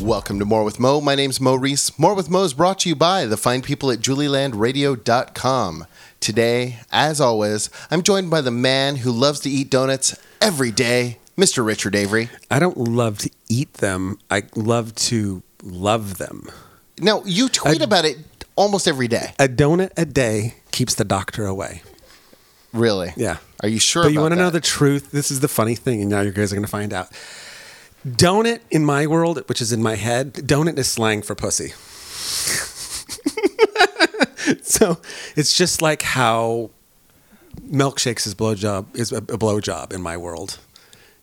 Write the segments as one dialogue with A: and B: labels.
A: Welcome to More with Mo. My name's Mo Reese. More with Mo is brought to you by the fine people at julielandradio.com. Today, as always, I'm joined by the man who loves to eat donuts every day, Mr. Richard Avery.
B: I don't love to eat them. I love to love them.
A: Now, you tweet
B: I-
A: about it almost every day.
B: A donut a day keeps the doctor away.
A: Really?
B: Yeah.
A: Are you sure
B: But you
A: about
B: want to
A: that?
B: know the truth? This is the funny thing, and now you guys are going to find out. Donut in my world, which is in my head, donut is slang for pussy. so it's just like how milkshakes is blowjob is a, a blowjob in my world.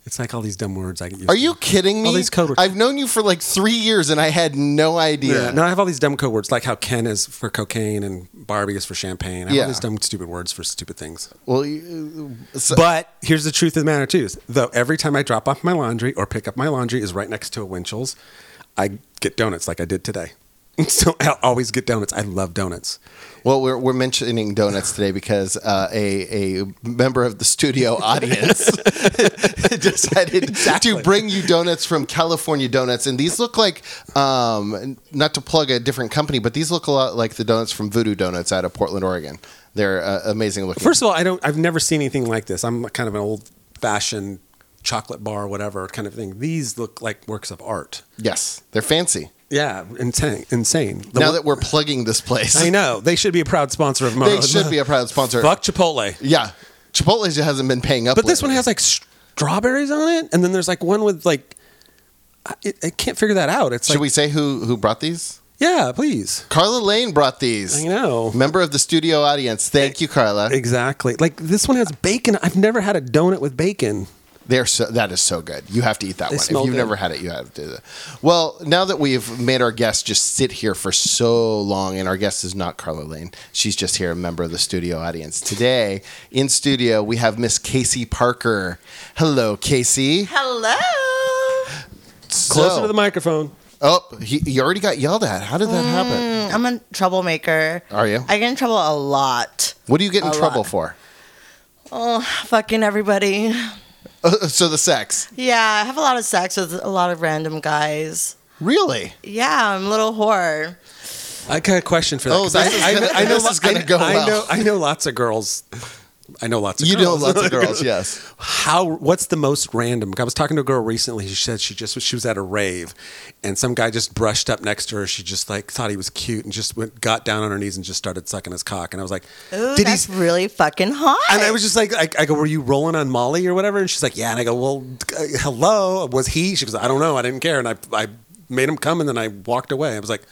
B: It's like all these dumb words I get used
A: Are
B: to.
A: you kidding me?
B: All these code words.
A: I've known you for like three years and I had no idea.
B: Yeah. Now I have all these dumb code words, like how Ken is for cocaine and Barbie is for champagne. I have
A: Yeah.
B: all these dumb, stupid words for stupid things.
A: Well, you- so-
B: But here's the truth of the matter, too. is Though every time I drop off my laundry or pick up my laundry is right next to a Winchell's, I get donuts like I did today. So I always get donuts. I love donuts.
A: Well, we're, we're mentioning donuts today because uh, a, a member of the studio audience decided to bring you donuts from California Donuts. And these look like, um, not to plug a different company, but these look a lot like the donuts from Voodoo Donuts out of Portland, Oregon. They're uh, amazing looking.
B: First of all, I don't. I've never seen anything like this. I'm kind of an old-fashioned chocolate bar, whatever kind of thing. These look like works of art.
A: yes, they're fancy.
B: Yeah, insane. Insane. The
A: now
B: one-
A: that we're plugging this place,
B: I know they should be a proud sponsor of
A: they
B: Mo's.
A: should be a proud sponsor.
B: Fuck Chipotle.
A: Yeah. Chipotle just hasn't been paying up.
B: But this one
A: lately.
B: has like strawberries on it, and then there's like one with like I, I can't figure that out. It's
A: Should
B: like
A: we say who who brought these?
B: yeah, please.
A: Carla Lane brought these.
B: I know.
A: Member of the studio audience. Thank you, Carla.
B: Exactly. Like this one has bacon. I've never had a donut with bacon.
A: They're so, that is so good. You have to eat that
B: They
A: one. If
B: smell
A: you've
B: good.
A: never had it, you have to. Well, now that we've made our guest just sit here for so long, and our guest is not Carla Lane, she's just here, a member of the studio audience. Today in studio, we have Miss Casey Parker. Hello, Casey.
C: Hello.
B: Closer
A: So-
B: to the microphone.
A: Oh, he, you already got yelled at. How did
B: Mm.
A: that happen?
C: Mm, I'm a troublemaker.
A: Are you?
C: I get in trouble a lot.
A: What do you get in
C: A
A: trouble
C: lot.
A: for?
C: Oh, Fucking everybody.
A: Uh, so the sex.
C: Yeah, I have a lot of sex with a lot of random guys.
A: Really?
C: Yeah, I'm a little whore.
B: I got a question for that.
A: Oh,
B: 'cause
A: this
B: I,
A: is
B: I,
A: gonna-
B: I know
A: this
B: lo-
A: is gonna
B: I-
A: go
B: I
A: well.
B: know. I know lots of girls. I know lots of
A: You know
B: girls.
A: lots of girls, yes.
B: How? What's the most random? I was talking to a girl recently. She said she just she was at a rave, and some guy just brushed up next to her. She just like thought he was cute and just went got down on her knees and just started sucking his cock. And I was like,
C: Ooh,
B: Did he?
C: that's really fucking hot.
B: And I was just like, I, I go, were you rolling on Molly or whatever? And she's like, yeah. And I go, well, uh, hello, was he? She goes, I don't know, I didn't care. And I I made him come, and then I walked away. I was like,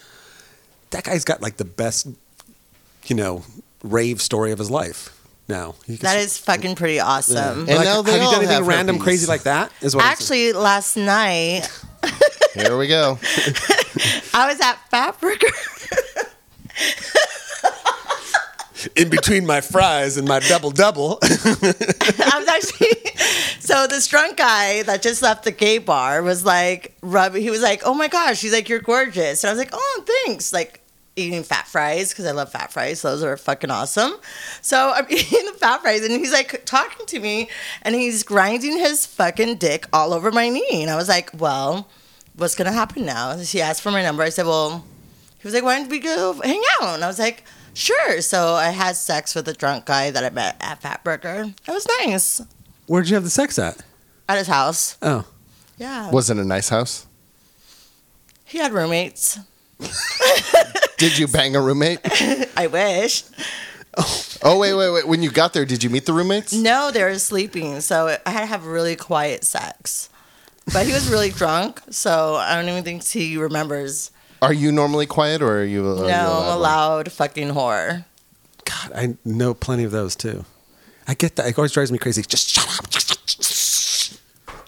B: that guy's got like the best, you know, rave story of his life. Now He gets-
C: that is fucking pretty awesome.
A: And now they
B: have you
A: all
B: done anything
A: have
B: random
A: herpes.
B: crazy like that? Is what I'm saying.
C: Actually, last night
A: Here we go.
C: I was at Fatburger.
B: in between my fries and my double double.
C: I was actually so this drunk guy that just left the gay bar was like rubbing. He was like, "Oh my gosh," he's like, "You're gorgeous," and I was like, "Oh, thanks." Like eating fat fries because I love fat fries; those are fucking awesome. So I'm eating the fat fries, and he's like talking to me, and he's grinding his fucking dick all over my knee, and I was like, "Well, what's gonna happen now?" He asked for my number. I said, "Well." He was like, "Why don't we go hang out?" And I was like, "Sure." So I had sex with a drunk guy that I met at Fatburger. It was nice
B: Where'd you have the sex at?
C: at his house.
B: Oh,
C: Yeah,
A: Was it a nice house?
C: he had roommates.
A: Did you bang a roommate?
C: I wish.
A: Oh wait, wait, wait. When you got there, did you meet the roommates?
C: No, they were sleeping, so I had to have really quiet sex. But he was really drunk, so I don't even think he remembers.
A: Are you normally quiet, or are Oh, you? Are
C: No,
A: you
C: I'm a
A: one?
C: loud fucking whore.
B: God, I know plenty of those too. I get that. It always drives me crazy. Just shut up.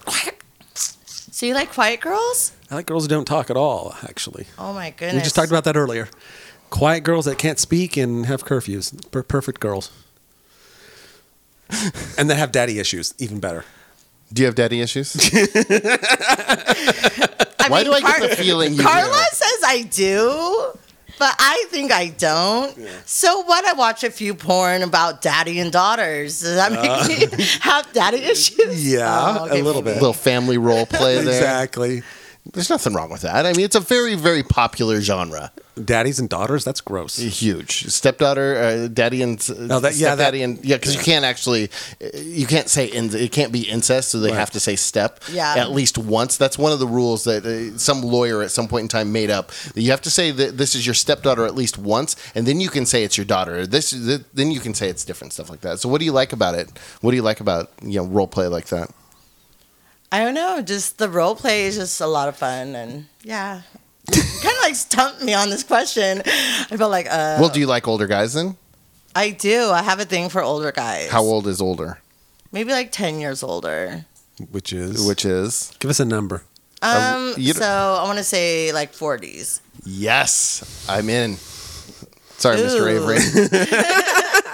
B: Quiet.
C: So you like quiet girls?
B: I like girls who don't talk at all, actually.
C: Oh my
B: we
C: goodness!
B: just talked about that earlier. Quiet girls that can't speak and have curfews. Per- perfect girls. and that have daddy issues, even better.
A: Do you have daddy issues?
C: I
A: Why
C: mean,
A: do I get
C: Car-
A: the feeling you do?
C: Carla says I do, but I think I don't. So what? I watch a few porn about daddy and daughters. Does
A: Uh.
C: that make me have daddy issues?
B: Yeah,
C: Oh, okay,
B: a little
C: maybe.
B: bit.
A: Little family role play there.
B: exactly.
A: There's nothing wrong with that. I mean, it's a very, very popular genre.
B: Daddies and daughters, that's gross.
A: Huge stepdaughter, uh, daddy, and
B: Oh, that- yeah, that-
A: stepdaddy, and yeah, because you can't actually, you can't say in, it can't be incest, so they
B: Right.
A: have to say step
C: Yeah.
A: at least once. That's one of the rules that uh, some lawyer at some point in time made up. That you have to say that this is your stepdaughter at least once, and then you can say it's your daughter. This, th- then you can say it's different stuff like that. So, what do you like about it? What do you like about you know role play like that?
C: I don't know. Just the role play is just a lot of fun, and yeah, kind of like stumped me on this question. I felt like, uh,
A: well, do you like older guys then?
C: I do. I have a thing for older guys.
A: How old is older?
C: Maybe like ten years older.
B: Which is
A: Which is
B: Give us a number.
A: Uh,
C: Um,
A: you don't-
C: so I want to say like forties.
A: Yes, I'm in. Sorry, Mr.
C: Ooh.
A: Avery.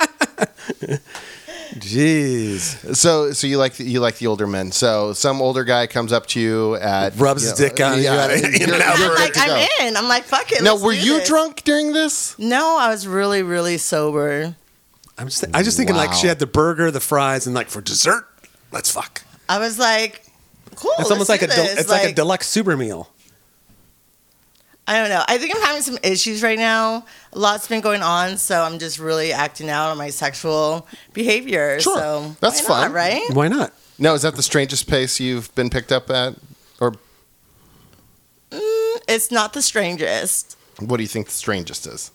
B: Jeez.
A: So, so you like the, you like the older men. So, some older guy comes up to you at
B: Rubs his dick on you, you're in and
A: you're-
B: out
A: you're
C: I'm
A: good
C: like,
A: to
C: I'm
A: go.
C: in. I'm like, fuck it.
A: Now,
C: let's
A: were
C: do
A: you
C: this.
A: drunk during this?
C: No, I was really, really sober.
B: I'm just I just thinking like
A: Wow.
B: she had the burger, the fries, and like for dessert, let's fuck.
C: I was like, cool.
B: It's almost like
C: let's
B: a
C: do
B: del-
C: this.
B: it's like, a deluxe super meal.
C: I don't know. I think I'm having some issues right now. A lot's been going on, so I'm just really acting out on my sexual behavior.
A: Sure.
C: So
A: That's
C: why
A: fun.
C: not, right?
B: Why not?
A: No, is that the strangest place you've been picked up at, or
C: It's not the strangest.
A: what do you think the strangest is?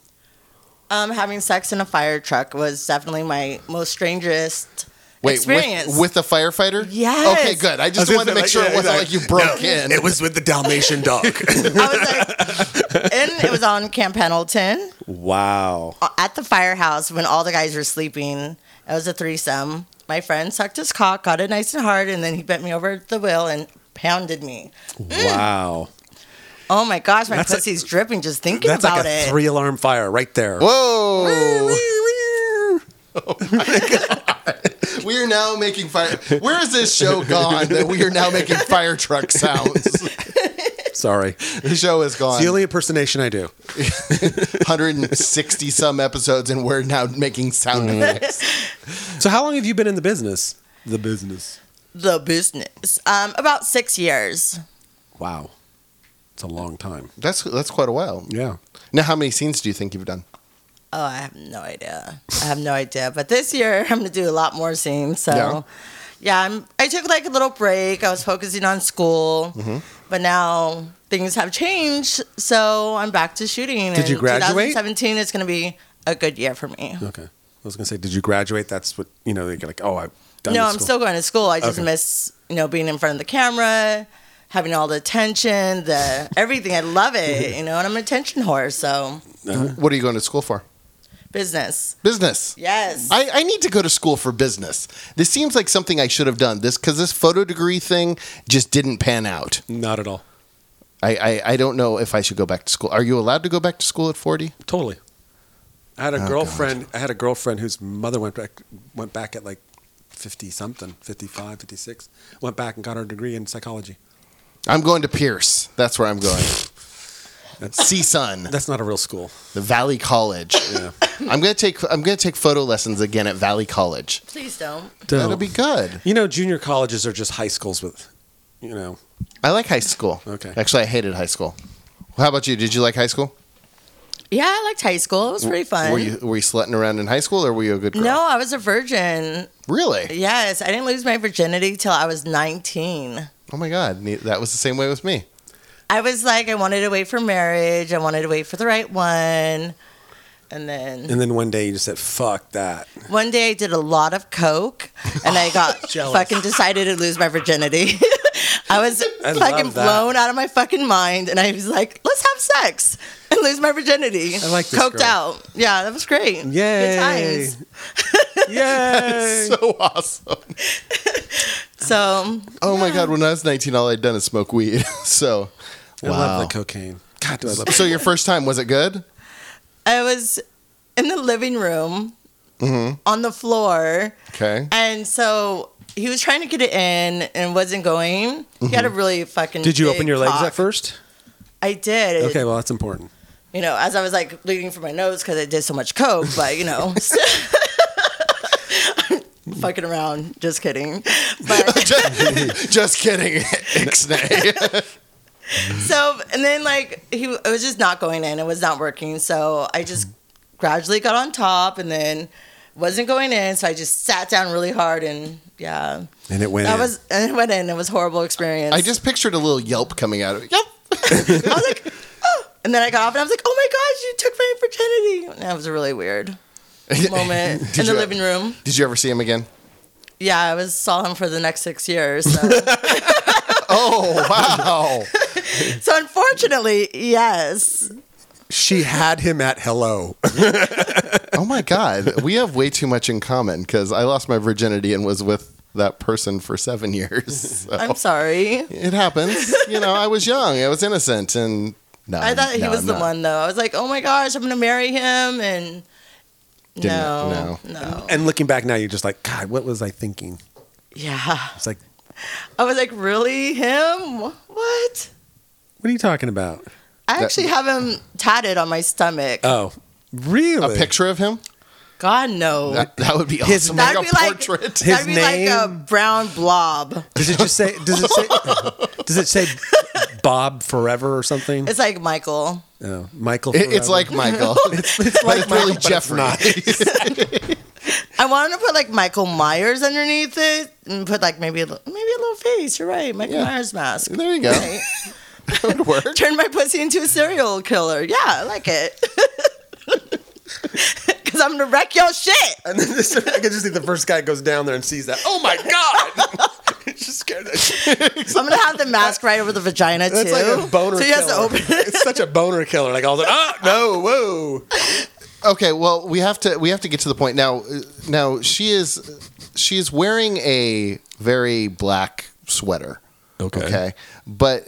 C: Um, having sex in a fire truck was definitely my most strangest
A: Wait,
C: experience.
A: with, with a firefighter?
C: Yes.
A: Okay, good. I just wanted to make sure it wasn't like, you broke in.
B: It was with the Dalmatian dog.
C: I was like, and it was on Camp Pendleton
B: wow.
C: uh, at the firehouse when all the guys were sleeping. It was a threesome. My friend sucked his cock, got it nice and hard, and then he bent me over the wheel and pounded me.
B: Wow.
C: Oh my gosh, my
B: That's like-
C: pussy's dripping just thinking
B: That's
C: about
B: like a
C: it.
B: three alarm fire right there.
A: Whoa. We are now making fire. Where is this show gone that we are now making fire truck sounds?
B: Sorry.
A: The show is gone.
B: It's the only impersonation I do.
A: 160 some episodes, and we're now making sound effects.
B: So how long have you been in the business? The business.
C: the business. Um, about six years.
B: Wow. It's a long time.
A: That's that's quite a while.
B: Yeah.
A: Now, how many scenes do you think you've done?
C: Oh, I have no idea. I have no idea. But this year I'm gonna do a lot more scenes. So
A: Yeah.
C: yeah, I'm I took like a little break. I was focusing on school.
B: Mm-hmm.
C: But now things have changed. So I'm back to shooting.
B: Did you
C: and
B: graduate?
C: 2017 is gonna be a good year for me.
B: Okay. I was gonna say, did you graduate? That's what you know. You're like, oh, I've done.
C: no,
B: with
C: I'm
B: school.
C: still going to school. I just
B: Okay.
C: miss, you know, being in front of the camera, having all the attention, the everything. I love it,
B: Mm-hmm.
C: you know, and I'm an attention whore, so
A: What are you going to school for?
C: business.
A: Business.
C: Yes.
A: I, I need to go to school for business. This seems like something I should have done. This because this photo degree thing just didn't pan out.
B: Not at all.
A: I, I, I don't know if I should go back to school. Are you allowed to go back to school at 40?
B: Totally. I had a
A: God.
B: girlfriend. I had a girlfriend whose mother went back went back at like fifty something, 55, 56. Went back and got her degree in psychology.
A: I'm going to Pierce. That's where I'm going. CSUN,
B: That's not a real school.
A: the Valley College.
B: Yeah.
A: I'm gonna take I'm gonna take photo lessons again at Valley College.
C: Please don't.
A: That'll be good.
B: You know, junior colleges are just high schools with, you know,
A: I like high school.
B: Okay.
A: Actually, I hated high school. How about you? Did you like high school?
C: Yeah, I liked high school. It was pretty fun.
A: Were you were you slutting around in high school, or were you a good girl?
C: no, I was a virgin.
A: Really?
C: Yes, I didn't lose my virginity till I was 19.
A: Oh my god, ne- that was the same way with me.
C: I was like, I wanted to wait for marriage. I wanted to wait for the right one. And then
B: and then one day you just said, fuck that.
C: One day I did a lot of coke and I got
B: Jealous.
C: fucking decided to lose my virginity. I was
B: love
C: fucking
B: that.
C: blown out of my fucking mind and I was like, let's have sex and lose my virginity. I
B: like this
C: Coked
B: girl.
C: out. Yeah, that was great. Good
B: Yay.
C: times.
B: Yay.
A: So awesome.
C: So
A: Oh my god, when I was 19, all I'd done is smoke weed. so,
B: I love
A: wow.
B: the cocaine. God, do I love
A: So your first time was it good?
C: I was in the living room on the floor.
A: Okay.
C: And so he was trying to get it in and wasn't going. He had a really fucking.
B: Did you open
C: big
B: your legs at
C: cock.
B: first?
C: I did. It-
B: Okay, well, that's important.
C: you know, as I was like bleeding from my nose because I did so much coke, but you know, I'm fucking around, just kidding. But
A: just, just kidding, Ixnay.
C: so and then like he it was just not going in it was not working so i just gradually got on top and then wasn't going in so i just sat down really hard and yeah
B: And it went.
C: that
B: in.
C: was and it went in it was a horrible experience
A: I just pictured a little yelp coming out of it. Yep.
C: i was like oh and then i got off and i was like oh my gosh you took my virginity and that was a really weird moment
A: Did
C: in the
A: you-
C: living room
A: Did you ever see him again?
C: yeah i was saw him for the next six years so,
A: Oh wow!
C: so unfortunately yes
B: She had him at hello.
A: oh my god, we have way too much in common because I lost my virginity and was with that person for seven years. So
C: i'm sorry
A: It happens. You know, I was young, I was innocent, and no,
C: I thought he
A: no,
C: was
A: I'm
C: the
A: not.
C: one though. I was like, oh my gosh, I'm gonna marry him, and
A: Didn't-
C: no, no,
B: And looking back now, you're just like, God, what was I thinking?
C: yeah.
B: It's like,
C: I was like, really him? What?
B: what are you talking about?
C: I actually have him tatted on my stomach.
B: Oh, really?
A: A picture of him?
C: God no.
A: That, that would be awesome.
B: His
A: like
C: That'd
A: a
C: be like
A: portrait.
B: His
C: that'd be like a
B: name?
C: brown blob.
B: Does it just say? Does it say? does it say Bob forever or something?
C: It's like Michael.
B: oh, Michael.
A: It- it's
B: forever.
A: like Michael. it's,
B: like
A: it's really
B: Michael, but it's
A: Jeffrey.
B: not.
C: I wanted to put like Michael Myers underneath it and put like maybe a, li- maybe a little face. You're right, Michael
A: Yeah.
C: Myers mask.
A: there you go.
C: Right.
A: That would work.
C: turn my pussy into a serial killer. Yeah, I like it. Cause I'm gonna wreck your shit.
B: And then this, I can just think the first guy goes down there and sees that. Oh my god! it's just scared. the shit.
C: I'm gonna have the mask right over the vagina too.
B: That's like a boner
C: so he
B: killer.
C: has to open.
B: it's such a boner killer. Like I was like, ah, no, whoa.
A: Okay, well, we have to we have to get to the point now. uh, Now she is she is wearing a very black sweater.
B: Okay.
A: Okay, but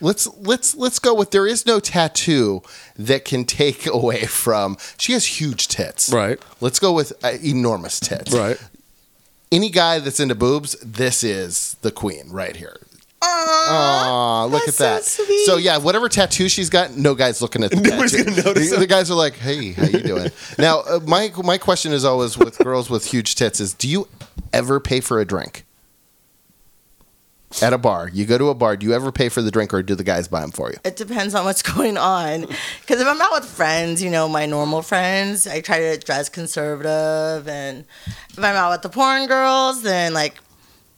A: let's let's let's go with there is no tattoo that can take away from she has huge tits.
B: Right.
A: Let's go with uh, enormous tits. Any guy that's into boobs, this is the queen right here. Aw, Oh, look at
C: that's
A: that.
C: so sweet.
A: So yeah, whatever tattoo she's got, no guy's looking at the
B: Nobody's
A: tattoo.
B: gonna notice
A: the, the guys are like, "Hey, how you doing?" now, uh, my my question is always with girls with huge tits is, do you ever pay for a drink? At a bar, you go to a bar. Do you ever pay for the drink, or do the guys buy them for you?
C: It depends on what's going on. Cause if I'm out with friends, you know, my normal friends, I try to dress conservative. And if I'm out with the porn girls, then like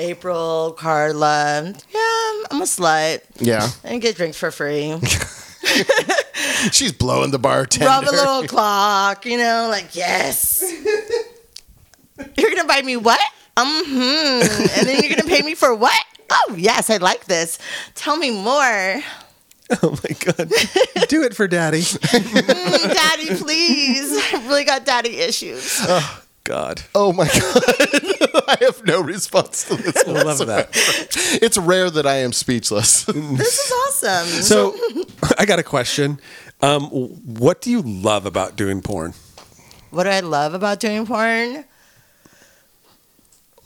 C: April, Carla, yeah, I'm a slut
A: Yeah,
C: and get drinks for free.
A: she's blowing the bartender.
C: Rub a little clock, you know, like yes. you're gonna buy me what? Um, hmm. and then you're gonna pay me for what? Oh yes, I like this. Tell me more,
B: Oh my god. Do it for daddy.
C: Mm, Daddy, please. I really got daddy issues.
B: God.
A: Oh my god! I have no response to this.
B: I love that.
A: It's rare that I am speechless.
C: This is awesome.
B: So I got a question. Um, what do you love about doing porn?
C: what do I love about doing porn?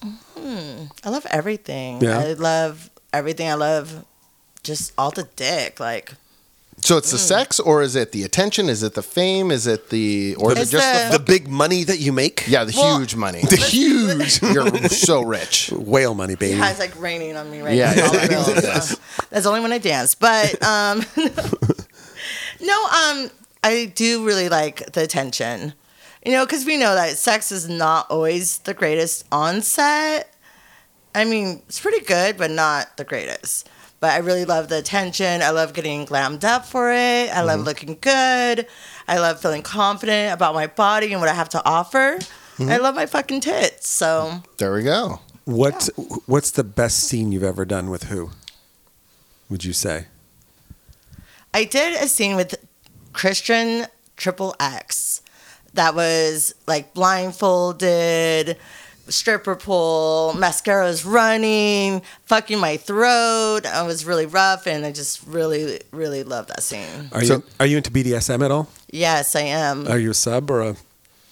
C: Hmm. I love everything.
B: Yeah.
C: I love everything. I love just all the dick. Like
A: So it's the sex, or is it the attention? Is it the fame? Is it the or is
C: It's
A: it just the,
C: the-
B: big money that you make?
A: yeah the
C: Well-
A: huge money?
B: The huge
A: You're so rich.
B: whale money, baby.
C: Yeah, it's like raining on me right
A: Yeah,
C: now.
A: yeah,
C: Dollar bills. That's only when I dance. But um, no, um, I do really like the attention. You know, because we know that sex is not always the greatest on set. I mean, it's pretty good, but not the greatest. But I really love the attention. I love getting glammed up for it. I
A: Mm-hmm.
C: love looking good. I love feeling confident about my body and what I have to offer. I
A: Mm-hmm.
C: love my fucking tits. So.
A: There we go.
B: What What's the best scene you've ever done with who? Would you say?
C: I did a scene with Christian Triple X that was like blindfolded, stripper pole, mascara's running, fucking my throat. I was really rough and I just really, really love that scene.
B: Are
A: So-
B: you Are you into BDSM at all?
C: Yes, I am.
B: Are you a sub or a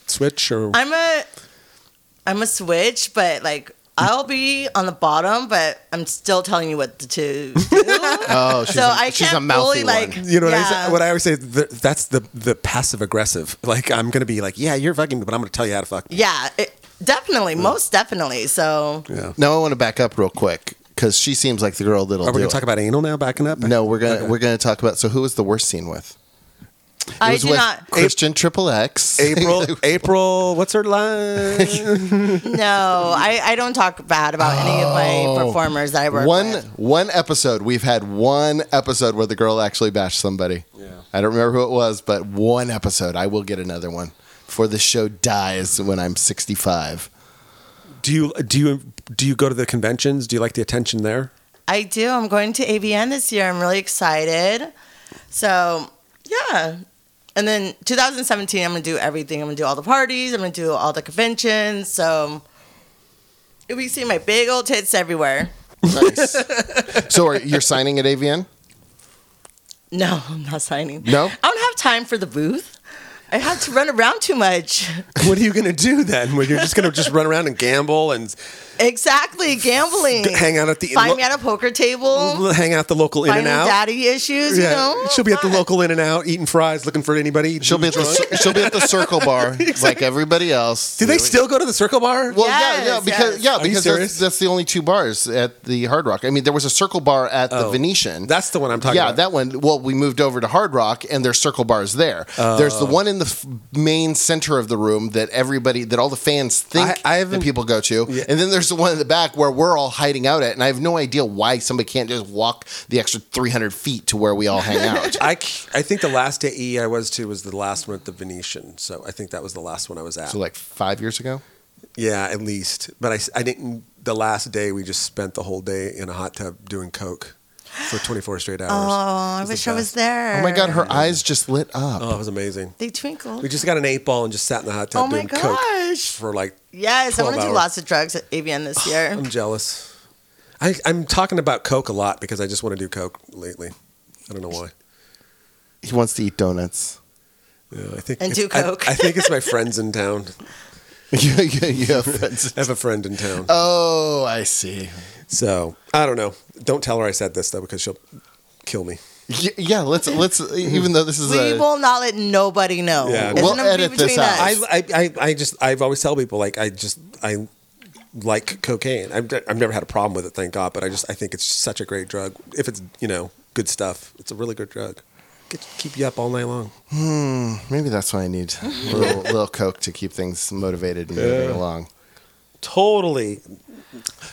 B: switch or?
C: I'm a I'm a switch, but like I'll be on the bottom, but I'm still telling you what to do.
A: Oh, she's,
C: so
A: a,
C: I can't
A: she's a mouthy
C: fully like
A: one.
B: you know what, I
C: yeah.
B: say, what I always say? th that's the the passive aggressive. Like I'm gonna be like, yeah, you're fucking me, but I'm gonna tell you how to fuck.
C: Yeah, it, definitely, most definitely. So
B: Yeah.
A: Now I want to back up real quick because she seems like the girl that'll.
B: Are we
A: do
B: going
A: it.
B: to talk about anal now? Backing up?
A: No, we're gonna
B: Okay.
A: we're gonna talk about. So who was the worst scene with?
C: I
A: was
C: do
A: with
C: not.
A: Christian Triple X.
B: April. April. What's her line?
C: No, I, I don't talk bad about any of
B: Oh.
C: my performers that I work
A: One
C: with.
A: one episode. We've had one episode where the girl actually bashed somebody.
B: Yeah.
A: I don't remember who it was, but one episode. I will get another one before the show dies when I'm 65.
B: do you do you do you go to the conventions? Do you like the attention there?
C: I do. I'm going to ABN this year. I'm really excited. So, yeah. And then 2017, I'm going to do everything. I'm going to do all the parties. I'm going to do all the conventions. So, you'll be seeing my big old tits everywhere.
A: Nice. so are, you're signing at AVN?
C: No, I'm not signing.
A: No?
C: I don't have time for the booth. I have to run around too much.
B: What are you going to do then? When you're just going to just run around and gamble and
C: Exactly. Gambling.
B: hang out at the
C: Find me at a poker table.
B: hang out at the local In
C: Finding
B: and Out.
C: daddy issues, you know?
B: she'll be at the
C: Fun.
B: local In and Out eating fries, looking for anybody.
A: She'll be at the cir- she'll be at the Circle Bar like everybody else.
B: Do they still go to the Circle Bar?
A: Well,
C: Yes,
A: yeah, yeah, because
C: yes.
A: yeah,
B: Are you
A: because
B: serious?
A: that's, that's the only two bars at the Hard Rock. I mean, there was a Circle Bar at the
B: Oh,
A: Venetian.
B: that's the one I'm talking
A: yeah,
B: about.
A: that one. Well, we moved over to Hard Rock, and there's Circle Bars there. there's
B: Oh.
A: the one in the f- main center of the room that everybody, that all the fans think
B: I- I haven't-
A: that people go to, and then there's the one in the back where we're all hiding out at, and I have no idea why somebody can't just walk the extra 300 feet to where we all hang out.
B: I, c- I think the last AE I was to was the last one at the Venetian. So I think that was the last one I was at.
A: so, like five years ago.
B: yeah, at least. But I s- I, didn't. The last day we just spent the whole day in a hot tub doing coke for 24 straight hours.
C: Oh, I
B: It
C: wish
B: the
C: I was
B: best.
C: there.
A: Oh my god, her eyes just lit up.
B: Oh, it was amazing.
C: They twinkle.
B: We just got an eight ball and just sat in the hot tub
C: Oh my
B: doing coke
C: gosh.
B: for like.
C: Yes, I want
B: 12
C: to do
B: hours.
C: lots of drugs at ABN this year.
B: I'm jealous. I, I'm talking about coke a lot because I just want to do coke lately. I don't know why.
A: He wants to eat donuts.
B: Yeah, I think
C: And
B: it's-
C: do
B: I-
C: coke.
B: I, think it's my friends in town.
A: you, you, you have friends.
B: I have a friend in town.
A: Oh, I see.
B: So I don't know. Don't tell her I said this though because she'll kill me.
A: Y- Yeah, let's let's. Even though this is
C: we
A: a,
C: will not let nobody know.
B: Yeah.
C: It's
A: We'll
C: gonna be
A: edit this
C: between
A: out.
C: us.
B: I, I, I, I just I've always tell people like I just I like cocaine. I've, I've never had a problem with it, thank God. But I just I think it's such a great drug. If it's you know good stuff, it's a really good drug. Get, keep you up all night long.
A: maybe that's what I need a little, little coke to keep things motivated and moving along.
B: Totally.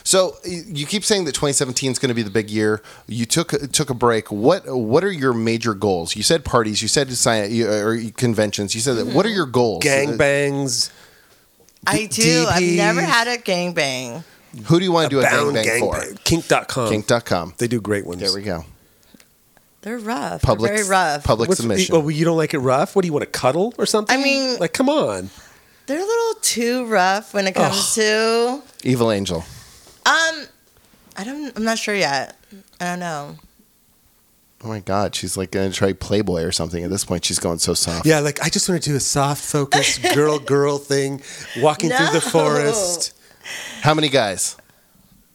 A: So y- you keep saying that 2017 is going to be the big year. You took took a break. What what are your major goals? You said parties. You said sign you- or conventions. You said that. What are your goals?
B: Gang bangs.
C: I do. I've
B: DPs.
C: never had a gangbang.
A: Who do you want to do a
B: bound
A: gangbang
B: gang
A: for?
B: bang. Kink.com.
A: Kink.com.
B: They do great ones.
A: There we go.
C: They're rough.
A: Public.
C: They're very rough.
A: Public
B: What's,
A: submission.
B: oh, you don't like it rough? What do you want to cuddle or something?
C: I mean-
B: like, come on.
C: They're a little too rough when it comes to.
A: Evil Angel.
C: Um, I don't. I'm not sure yet. I don't know.
A: Oh my God, she's like going to try Playboy or something. At this point, she's going so soft.
B: Yeah, like I just want to do a soft focus girl girl thing, walking through the
C: No.
B: forest.
A: How many guys?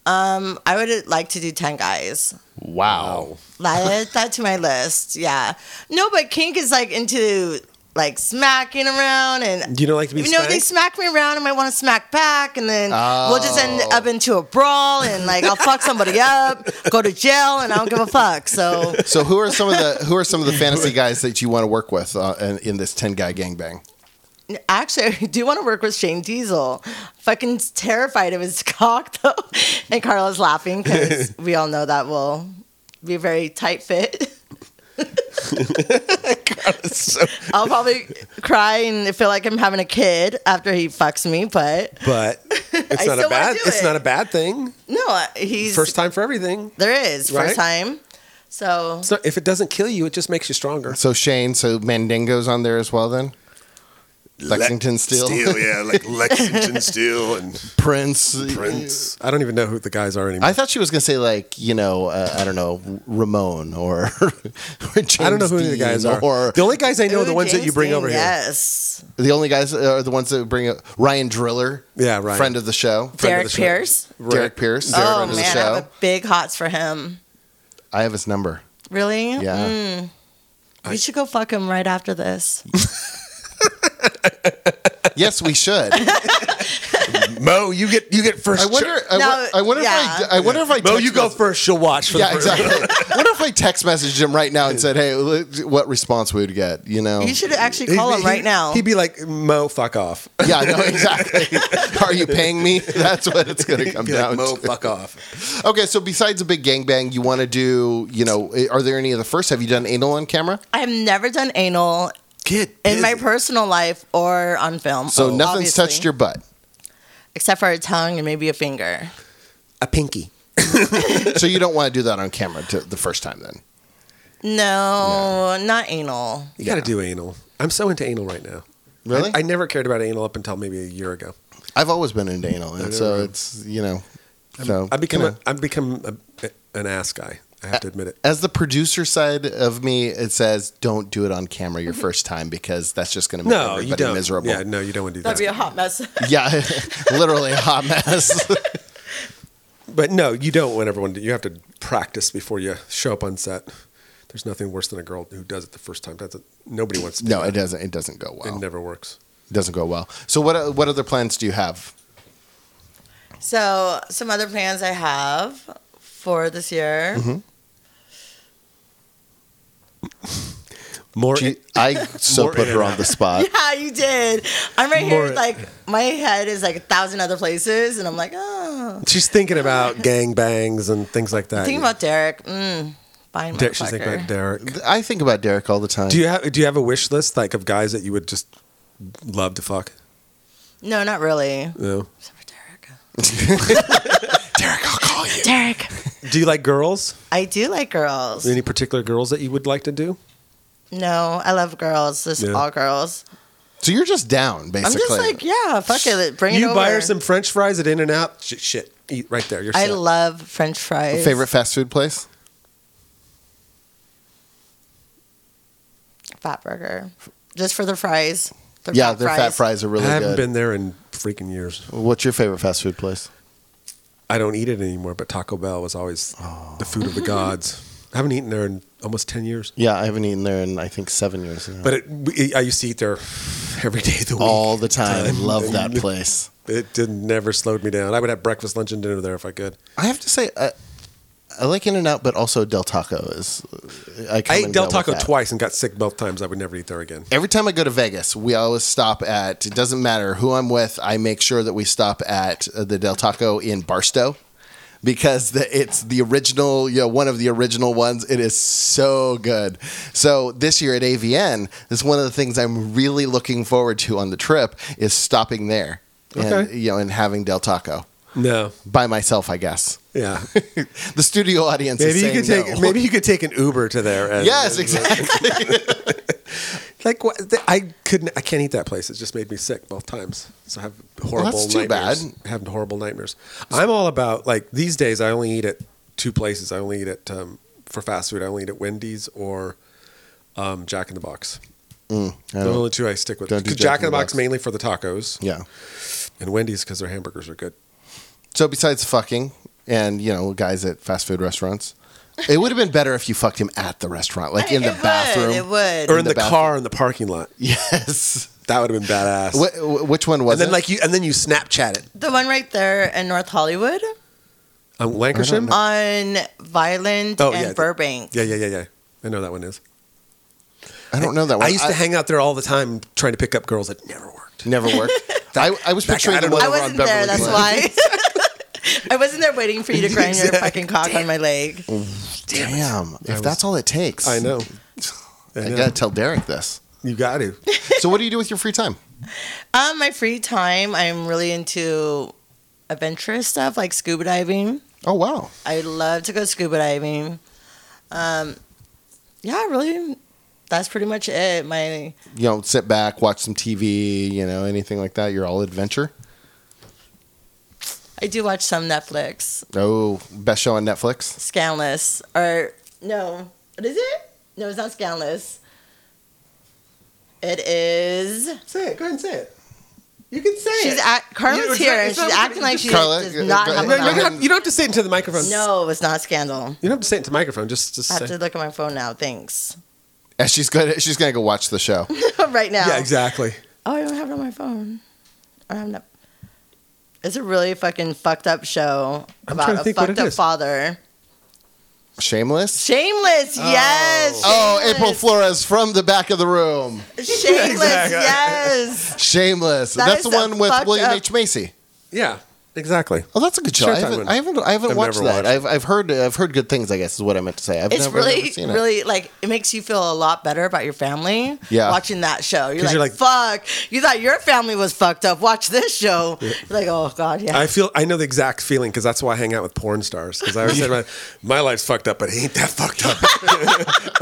C: Um, I would like to do ten guys.
A: Wow.
C: Add that to my list. Yeah. No, but kink is like into like smacking around and
B: You don't like to be
C: you know, they
B: spanked?
C: smack me around and I want to smack back, and then we'll just end
A: Oh.
C: up into a brawl, and like I'll fuck somebody up, go to jail, and I don't give a fuck. So
A: So who are some of the who are some of the fantasy guys that you want to work with uh, in, in this ten guy gangbang?
C: actually, I do want to work with Shane Diesel. Fucking terrified of his cock though, and Carla's laughing because we all know that will be a very tight fit. I'll probably cry and feel like I'm having a kid after he fucks me, but
B: But it's
C: I
B: not
C: still wanna
B: a bad
C: do
B: it's
C: it.
B: not a bad thing.
C: no, he's
B: First time for everything.
C: there is first
B: Right?
C: time. So
B: It's not, if it doesn't kill you, it just makes you stronger.
A: So Shane, so Mandingo's on there as well then. Lexington Steel,
B: Oh, yeah, like Lexington Steel and
A: Prince.
B: Prince. I don't even know who the guys are anymore.
A: I thought she was gonna say like you know uh, I don't know Ramon or, or James
B: I don't know who any of the
A: Dean
B: guys are.
A: or
B: the only guys I know are the
C: Ooh,
B: ones that you
C: James
B: bring
C: Dean,
B: over
C: Yes.
A: the only guys are the ones that bring up Ryan Driller,
B: Yeah, Ryan.
A: friend of the show,
B: Friend of
C: Derek
B: the show.
C: Pierce.
B: here.
A: Derek Pierce.
B: Derek
C: oh
A: friend of the
C: man, I have
A: show.
C: a big hots for him.
A: I have his number.
C: Really?
A: Yeah.
C: Mm-hmm. We should go fuck him right after this.
A: Yes, we should.
B: Mo, you get you get
A: I
B: first.
A: wonder. I,
C: No,
A: wo- I wonder
C: yeah.
A: if I. I wonder if I.
B: Mo,
A: text
B: you go
A: mess-
B: first. She'll watch. For
A: Yeah,
B: the first.
A: exactly. I wonder if I text messaged him right now and said, "Hey, look, what response we would get?" You know.
C: You should actually call
B: He'd Oh. be-
C: him right
B: he'd-
C: now.
B: He'd be like, Mo, fuck off.
A: Yeah, no, exactly. Are you paying me? That's what it's going to come
B: Be like,
A: down
B: Mo,
A: to.
B: fuck off.
A: Okay, so besides a big gangbang, you want to do? You know, are there any of the first? Have you done anal on camera?
C: I have never done anal
B: Kid.
C: in my personal life or on
B: Oh,
C: film. Oh,
A: So nothing's
C: obviously.
A: touched your butt.
C: except for a tongue and maybe a finger.
B: a pinky.
A: So you don't want to do that on camera to, the first time, then.
C: No, not anal.
B: You got to do anal. I'm so into anal right now.
A: Really?
B: I, I never cared about anal up until maybe a year ago.
A: I've always been into anal, and so
B: know.
A: it's you know, so
B: I've become
A: you
B: a, I've become a, an ass guy. I have to admit it.
A: as the producer side of me, it says don't do it on camera your first time because that's just going to make
B: Mm-hmm. No,
A: everybody
B: you don't.
A: miserable.
B: Yeah, no, you don't want to do
C: That'd be
B: that.
C: a hot mess.
A: yeah, literally a hot mess.
B: but no, you don't want everyone. To, you have to practice before you show up on set. There's nothing worse than a girl who does it the first time. That's a, nobody wants to. do
A: no,
B: that.
A: it doesn't. It doesn't go well.
B: It never works.
A: doesn't go well. So what what other plans do you have?
C: so, some other plans I have for this year.
B: Mm-hmm. More.
A: Do you- I so
B: More
A: put her on the spot.
C: Yeah, you did. I'm right here,
B: Uh, More-
C: like my head is like a thousand other places, and I'm like, oh,
B: she's thinking about gang bangs and things like that.
C: thinking about Derek. Mm, fine,
B: Derek. She's thinking
C: motherfucker.
B: about Derek.
A: I think about Derek all the time.
B: Do you have Do you have a wish list like of guys that you would just love to fuck?
C: No, not really.
B: No.
C: Except for Derek.
A: Derek, I'll call you.
C: Derek.
B: Do you like girls?
C: I do like girls.
B: Any particular girls that you would like to do?
C: No, I love girls. Just
B: Yeah.
C: all girls.
A: So you're just down,
C: I'm
A: basically.
C: just like, yeah, fuck it, bring it
B: you
C: over.
B: buy her some French fries at In and Out. Shit, shit, eat right there. You're
C: I
B: set.
C: love French fries.
A: Favorite fast food place?
C: fat burger, just for the fries. Their
A: yeah, their fat fries are
B: I
A: really
B: haven't
A: good.
B: been there in freaking years.
A: What's your favorite fast food place?
B: I don't eat it anymore, but Taco Bell was always the food
A: Oh.
B: of the gods. I haven't eaten there in almost ten years,
A: Yeah, I haven't eaten there in I think seven years. Now.
B: but it, we- I used to eat there every day of the week.
A: all the time, love that place.
B: It didn't never slowed me down. I would have breakfast, lunch, and dinner there if I could.
A: I have to say, I, I like In and Out, but also Del Taco is. I, come
B: I
A: and
B: ate
A: go
B: Del
A: with
B: Taco
A: that.
B: twice and got sick both times. I would never eat there again.
A: Every time I go to Vegas, we always stop at. It doesn't matter who I'm with. I make sure that we stop at uh, the Del Taco in Barstow. Because the, it's the original, you know, one of the original ones. It is so good. So this year at AVN, that's one of the things I'm really looking forward to on the trip is stopping there, and
B: Okay.
A: you know, and having Del Taco
B: No,
A: by myself, I guess.
B: yeah.
A: The studio audience.
B: Maybe
A: is
B: you could
A: saying
B: take
A: no.
B: maybe you could take an Uber to there. And,
A: Yes, exactly.
B: Like what? th- I couldn't. I can't eat that place. It just made me sick both times. So I have horrible.
A: that's too
B: nightmares.
A: bad.
B: Having horrible nightmares. I'm all about like these days. I only eat at two places. I only eat at um, for fast food. I only eat at Wendy's or um, Jack in the Box. They're the only two I stick with.
A: Oh. Don't do
B: Jack, in the Box, mainly for the tacos,
A: yeah.
B: and Wendy's because their hamburgers are good.
A: So besides fucking and you know guys at fast food restaurants, it would have been better if you fucked him at the restaurant, like in
C: It
A: the
C: would,
A: bathroom.
C: it would.
B: Or in,
A: In
B: the,
A: the
B: car in the parking lot.
A: Yes.
B: That would have been badass.
A: Wh- wh- which one was
B: and then
A: it?
B: like you, and then you Snapchat it.
C: The one right there in North Hollywood
B: Um, Lancashire.
C: on Violent
B: Oh,
C: and
B: yeah.
C: Burbank.
B: Yeah, yeah, yeah, yeah. I know that one is.
A: I don't know that one.
B: I used to hang out there all the time trying to pick up girls that never worked.
A: never worked. I, I was
B: that guy,
A: picturing
B: I
A: the
B: don't
A: one
B: know.
C: I
A: over
C: wasn't
A: on Beverly
C: there. That's
A: Hills.
C: why. I wasn't there waiting for you to grind your fucking cock on my leg.
A: Damn, if
B: was-
A: that's all it takes,
B: I know.
A: I,
B: I know.
A: gotta tell Derek this.
B: You got to.
A: So what do you do with your free time?
C: Um, my free time, I'm really into adventurous stuff like scuba diving.
A: Oh wow,
C: I love to go scuba diving. Um, yeah, really, that's pretty much it. My
A: you know, sit back, watch some TV, you know, anything like that. You're all adventure.
C: I do watch some Netflix.
A: Oh, best show on Netflix.
C: Scanless or no? What is it? No, it's not Scanless. It is.
B: Say it. Go ahead and say it. You can say
C: She's at, Carla's
B: You- it's
C: here
B: not-
C: and
B: it's
C: she's
B: not-
C: acting like she
A: Carla,
C: does not
A: uh,
C: have a
B: No, you, don't
C: mouth.
B: have, you don't have to say it into the microphone.
C: No, it's not Scandal.
B: You don't have to say it into the microphone. Just, just
C: I have
B: say
C: to look at my phone now. Thanks.
A: And she's gonna she's gonna go watch the show.
C: right now.
B: Yeah, exactly.
C: Oh, I don't have it on my phone. I don't have. It's a really fucking fucked up show
B: I'm trying to
C: about a
B: think what
C: fucked
B: it
C: up
B: is.
C: father.
A: Shameless.
C: Shameless, yes.
A: Oh,
C: Shameless.
A: April Flores from the back of the room.
C: Shameless, yes.
A: Shameless.
C: That
A: that's
C: is
A: the
C: a
A: one with
C: fucked
A: William
C: up-
A: H Macy.
B: Yeah, exactly.
A: Oh, that's a good show. I
B: Showtime
A: haven't,
B: one.
A: I haven't, I haven't
B: I've
A: watched
B: never
A: that.
B: watched
A: I've, I've heard, I've heard good things. I guess is what I meant to say. I've
C: It's
A: never,
C: really,
A: never seen it.
C: really like it makes you feel a lot better about your family.
A: Yeah.
C: watching that show, you're
B: 'Cause
C: like,
B: you're
C: fuck. You thought your family was fucked up. Watch this show. You're like, oh god, yeah.
B: I feel I know the exact feeling because that's why I hang out with porn stars because I always say my, my life's fucked up, but it ain't that fucked up.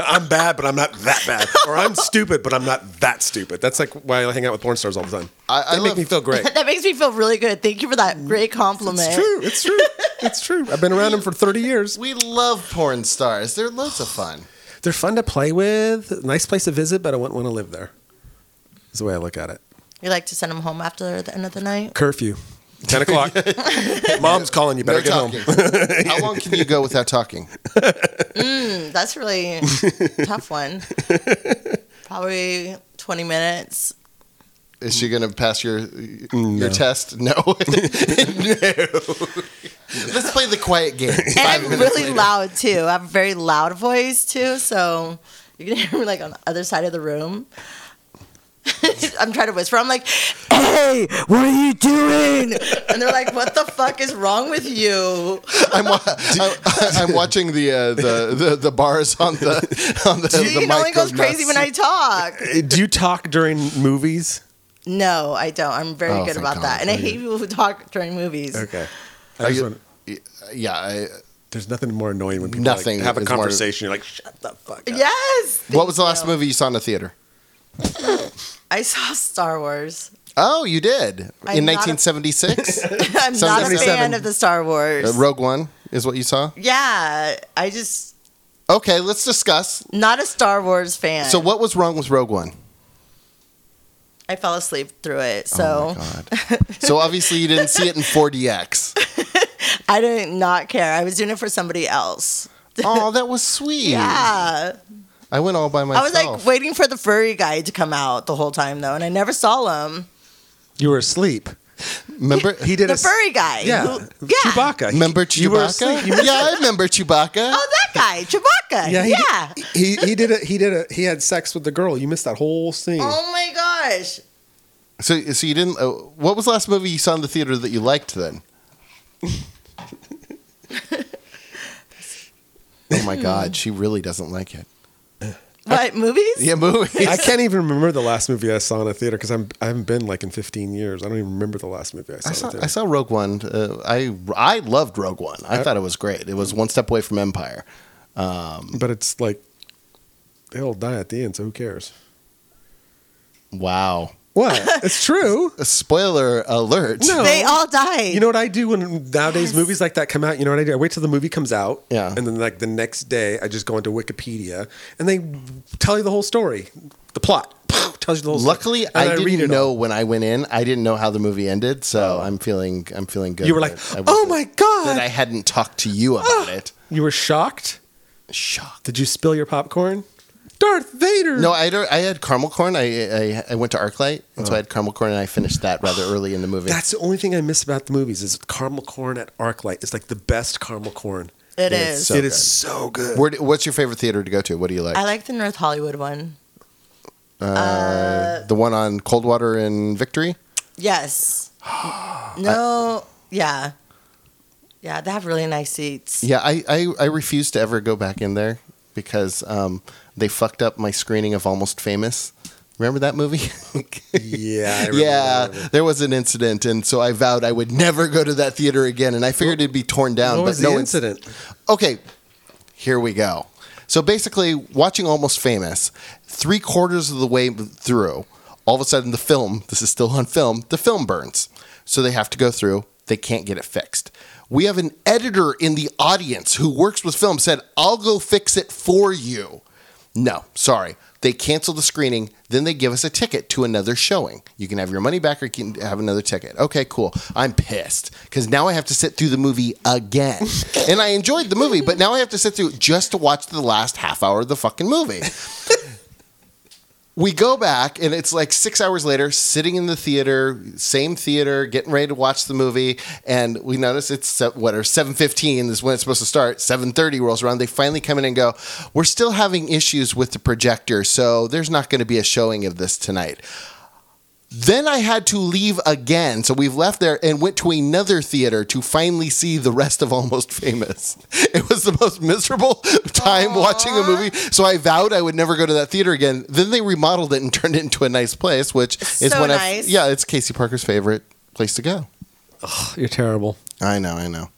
B: I'm bad, but I'm not that bad, or I'm stupid, but I'm not that stupid. That's like why I hang out with porn stars all the time.
A: I- I
B: they make
A: love-
B: me feel great.
C: that makes me feel really good. Thank you for that great compliment.
B: It's true. It's true. It's true. I've been around them for 30 years.
A: We love porn stars. They're loads of fun.
B: They're fun to play with. Nice place to visit, but I wouldn't want to live there. Is the way I look at it.
C: You like to send them home after the end of the night.
B: Curfew, 10 o'clock. Mom's calling you. Better
A: No
B: get home.
A: talking. How long can you go without talking?
C: Mm, That's really tough one. Probably twenty minutes.
A: Is she going to pass your
B: Mm,
A: your test? No. no. Let's play the quiet game.
C: And I'm really loud too. I have a very loud voice too, so you can hear me like on the other side of the room. I'm trying to whisper. I'm like, "Hey, what are you doing?" And they're like, "What the fuck is wrong with you?"
A: I'm, wa- I- I'm watching the, uh, the the the bars on the on the, the
C: It
A: mic
C: only goes crazy
A: nuts.
C: when I talk.
B: Uh, Do you talk during movies?
C: No, I don't. I'm very
A: Oh,
C: good
A: thank
C: about
A: God.
C: that, and I hate people who talk during movies.
B: Okay.
A: Are
B: I just
A: you-
B: want,
A: Yeah, I,
B: there's nothing more annoying when people
A: Nothing
B: like, have a
A: is more-
B: conversation. You're like, shut the fuck up.
C: Yes.
A: what was the
C: Thank
A: last
C: you.
A: movie you saw in the theater?
C: I saw Star Wars.
A: Oh, you did
C: I'm
A: in
C: not a-
A: 1976.
C: I'm not a
A: 77.
C: fan of the Star Wars.
A: Uh, Rogue One is what you saw.
C: yeah, I just
A: Okay, let's discuss.
C: not a Star Wars fan.
A: So, what was wrong with Rogue One?
C: I fell asleep through it,
A: Oh
C: so
A: my God. so obviously you didn't see it in 4DX.
C: I didn't not care. I was doing it for somebody else.
A: Oh, that was sweet.
C: Yeah,
A: I went all by
C: I
A: myself.
C: was like waiting for the furry guy to come out the whole time though, and I never saw him.
B: You were asleep.
A: remember?
B: He did
C: The
B: a s-
C: furry guy.
B: Yeah.
C: who- yeah.
B: Chewbacca. He-
A: Remember
B: You were
A: Chewbacca?
B: asleep. You-
A: yeah, I remember Chewbacca.
C: Oh, that guy, Chewbacca. Yeah.
B: he, Did, he he did it. He did it. He had sex with the girl. You missed that whole scene.
C: Oh my gosh.
A: So, so you didn't. Uh, what was the last movie you saw in the theater that you liked then? oh my God, she really doesn't like it.
C: What movies?
A: Yeah, movie.
B: I can't even remember the last movie I saw in a theater because I'm I haven't been like in 15 years. I don't even remember the last movie I saw.
A: I
B: in a
A: saw,
B: theater.
A: I saw Rogue One. Uh, I I loved Rogue One. I, thought it was great. It was one step away from Empire.
B: but it's like they'll die at the end, so who cares?
A: Wow.
B: What? it's true.
A: A Uh, spoiler alert.
B: No.
C: They all died.
B: You know what I do when nowadays movies like that come out? You know what I do? I wait till the movie comes out.
A: Yeah.
B: And then, like, the next day, I just go into Wikipedia and they tell you the whole story, the plot. Tells you the whole
A: Luckily,
B: story. And
A: I,
B: read
A: didn't
B: it
A: know
B: all.
A: when I went in. I didn't know how the movie ended, so I'm feeling I'm feeling good.
B: You were like,
A: that I was-
B: oh my God.
A: that I hadn't talked to you about it.
B: you were shocked?
A: Shocked.
B: Did you spill your popcorn? Darth Vader.
A: No, I don't, I had caramel corn. I, I I went to ArcLight, and so I had caramel corn, and I finished that rather early in the movie.
B: Oh. That's the only thing I miss about the movies is caramel corn at ArcLight. It's like the best caramel corn.
C: it
A: it's
C: is.
A: so-
B: It
A: good.
B: is so good.
A: Where, do- what's your favorite theater to go to? What do you like? Uh,
C: I like the North Hollywood one.
A: the one on Coldwater and Victory.
C: Yes. No. yeah. Yeah, they have really nice seats.
A: Yeah, I, I, I refuse to ever go back in there because um, they fucked up my screening of Almost Famous. Remember that movie?
B: yeah. I remember
A: yeah,
B: that.
A: there was an incident, and so I vowed I would never go to that theater again. And I figured it'd be torn down.
B: What
A: but
B: was
A: no
B: the
A: it's-
B: incident?
A: Okay, here we go. So basically, watching Almost Famous, three quarters of the way through, all of a sudden the film, this is still on film, the film burns. So they have to go through, they can't get it fixed. We have an editor in the audience who works with film said, I'll go fix it for you. No, sorry. They cancel the screening, then they give us a ticket to another showing. You can have your money back or you can have another ticket. Okay, cool. I'm pissed because now I have to sit through the movie again. and I enjoyed the movie, but now I have to sit through it just to watch the last half hour of the fucking movie. we go back and it's like six hours later sitting in the theater same theater getting ready to watch the movie and we notice it's se- what or 7.15 is when it's supposed to start 7.30 rolls around they finally come in and go we're still having issues with the projector so there's not going to be a showing of this tonight then I had to leave again. So we've left there and went to another theater to finally see the rest of Almost Famous. It was the most miserable time watching a movie. So I vowed I would never go to that theater again. Then they remodeled it and turned it into a nice place, which is
C: so
A: when
C: nice.
A: I Yeah, it's Casey Parker's favorite place to go.
B: You're terrible.
A: I know, I know.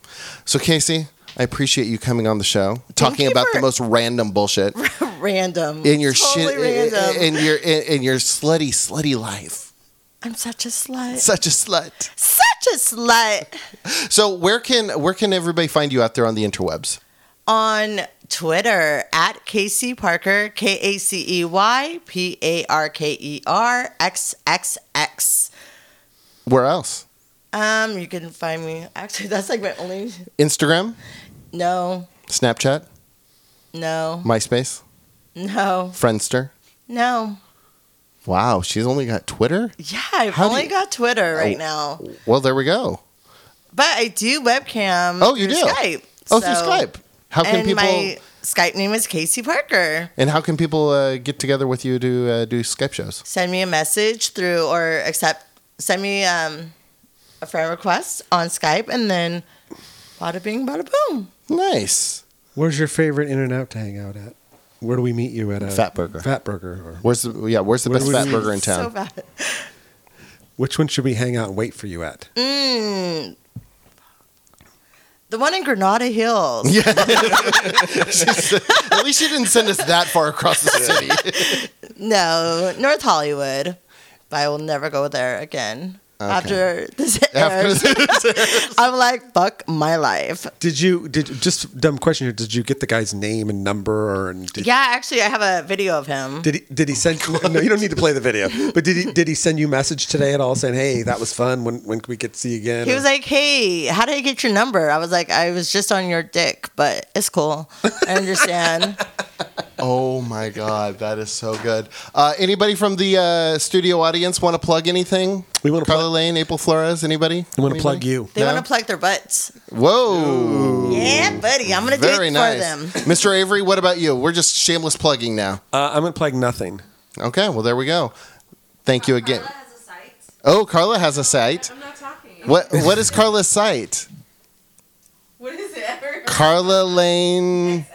A: So Casey, I appreciate you coming on the show, talking
C: you
A: about the
C: for-
A: most random bullshit
C: random.
A: in your
C: totally
A: shit eh,
C: random.
A: in your in, in your slutty slutty life.
C: I'm such a slut.
A: eh. Such a slut.
C: such a slut.
A: So where can where can everybody find you out there on the interwebs?
C: on Twitter at Casey Parker, K A C E Y P A R K E R X X X.
A: Where else?
C: Um, you can find me. Actually, that's like my only.
A: Instagram,
C: No,
A: Snapchat,
C: no,
A: MySpace,
C: no,
A: Friendster.
C: no.
A: Wow, she's only got Twitter.
C: Yeah, I've
A: How do
C: only
A: you-
C: got Twitter right
A: Oh.
C: now,
A: Well, there we go.
C: but I do webcam.
A: Oh, you
C: through
A: do?
C: Mm, Skype.
A: Oh,
C: so-
A: through Skype. How can
C: and
A: people
C: my Skype name is Casey Parker.
A: and how can people uh, get together with you to uh, do Skype shows?
C: send me a message through or accept send me um, a friend request on Skype and then bada bing bada boom.
A: Nice.
B: Where's your favorite In and Out to hang out at? Where do we meet you at a
A: Fat Burger.
B: Fat Burger. Or
A: Where's the yeah? Where's the
B: Where
A: best
B: would
A: fat
B: you-
A: burger in
C: So
A: town?
C: bad.
B: which one should we hang out and wait for you at?
C: Mm. The one in Granada Hills.
A: At least you didn't send us that far across the city.
C: No, North Hollywood. But I will never go there again. After this
A: After
C: airs, I'm like, fuck my life.
B: Did you did just dumb question here? Did you get the guy's name and number or and did,
C: Yeah, actually, I have a video of him.
B: did he did he send? no, you don't need to play the video. But did he did he send you a message today at all saying, "Hey, that was fun. When when can we get to see you again?"
C: He
B: Or-
C: was like, "Hey, how did I get your number?" I was like, "I was just on your dick, but it's cool. I understand."
A: oh my god, that is so good. Uh, anybody from the uh, studio audience want to plug anything?
B: We wanna
A: Carla
B: plug-
A: Lane, April Flores. Anybody?
B: "I want to
A: Anybody?
B: plug you."
C: They
A: No?
C: want to plug their butts.
A: Whoa.
C: Yeah, buddy, I'm gonna do
A: Very
C: it
A: nice.
C: for them.
A: Mr. Avery, what about you? We're just shameless plugging now.
B: Uh, I'm gonna plug nothing.
A: Okay, well, there we go. Thank you again.
D: Carla has a site.
A: Oh, Carla has a site.
D: I'm not talking.
A: What What is Carla's site?
D: What is it ever?
A: Carla Lane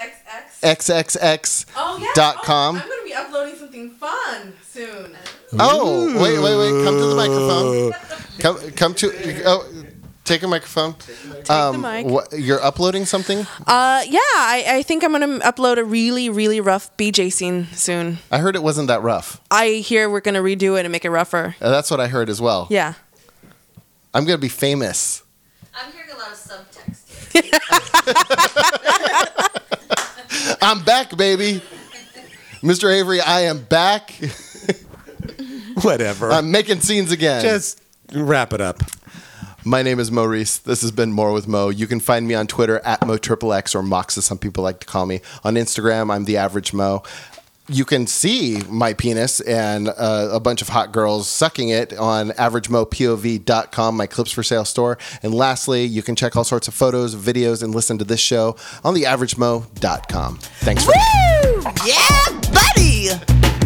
D: XXX.
A: XXX.
D: Oh, yeah.
A: dot
D: Oh,
A: com.
D: I'm going to be uploading something fun soon.
A: Oh, wait, wait, wait. Come to the microphone. Come, come to. Oh, take a microphone. Um,
D: mic.
A: what- you're uploading something?
E: Uh, yeah, I, I think I'm gonna upload a really, really rough BJ scene soon.
A: I heard it wasn't that rough.
E: I hear we're gonna redo it and make it rougher.
A: Uh, That's what I heard as well.
E: Yeah.
A: I'm going to be famous.
D: I'm hearing a lot of subtext.
A: I'm back, baby. Mr. Avery, I am back.
B: Whatever.
A: I'm making scenes again.
B: just wrap it up.
A: My name is Maurice. This has been More with Mo. You can find me on Twitter at Mo Triple X or Mox, as some people like to call me. On Instagram, I'm the average Mo. You can see my penis and uh, a bunch of hot girls sucking it on averagemopov.com, my clips for sale store. And lastly, you can check all sorts of photos, videos, and listen to this show on theaveragemo.com. Thanks for
C: Woo! Yeah, buddy.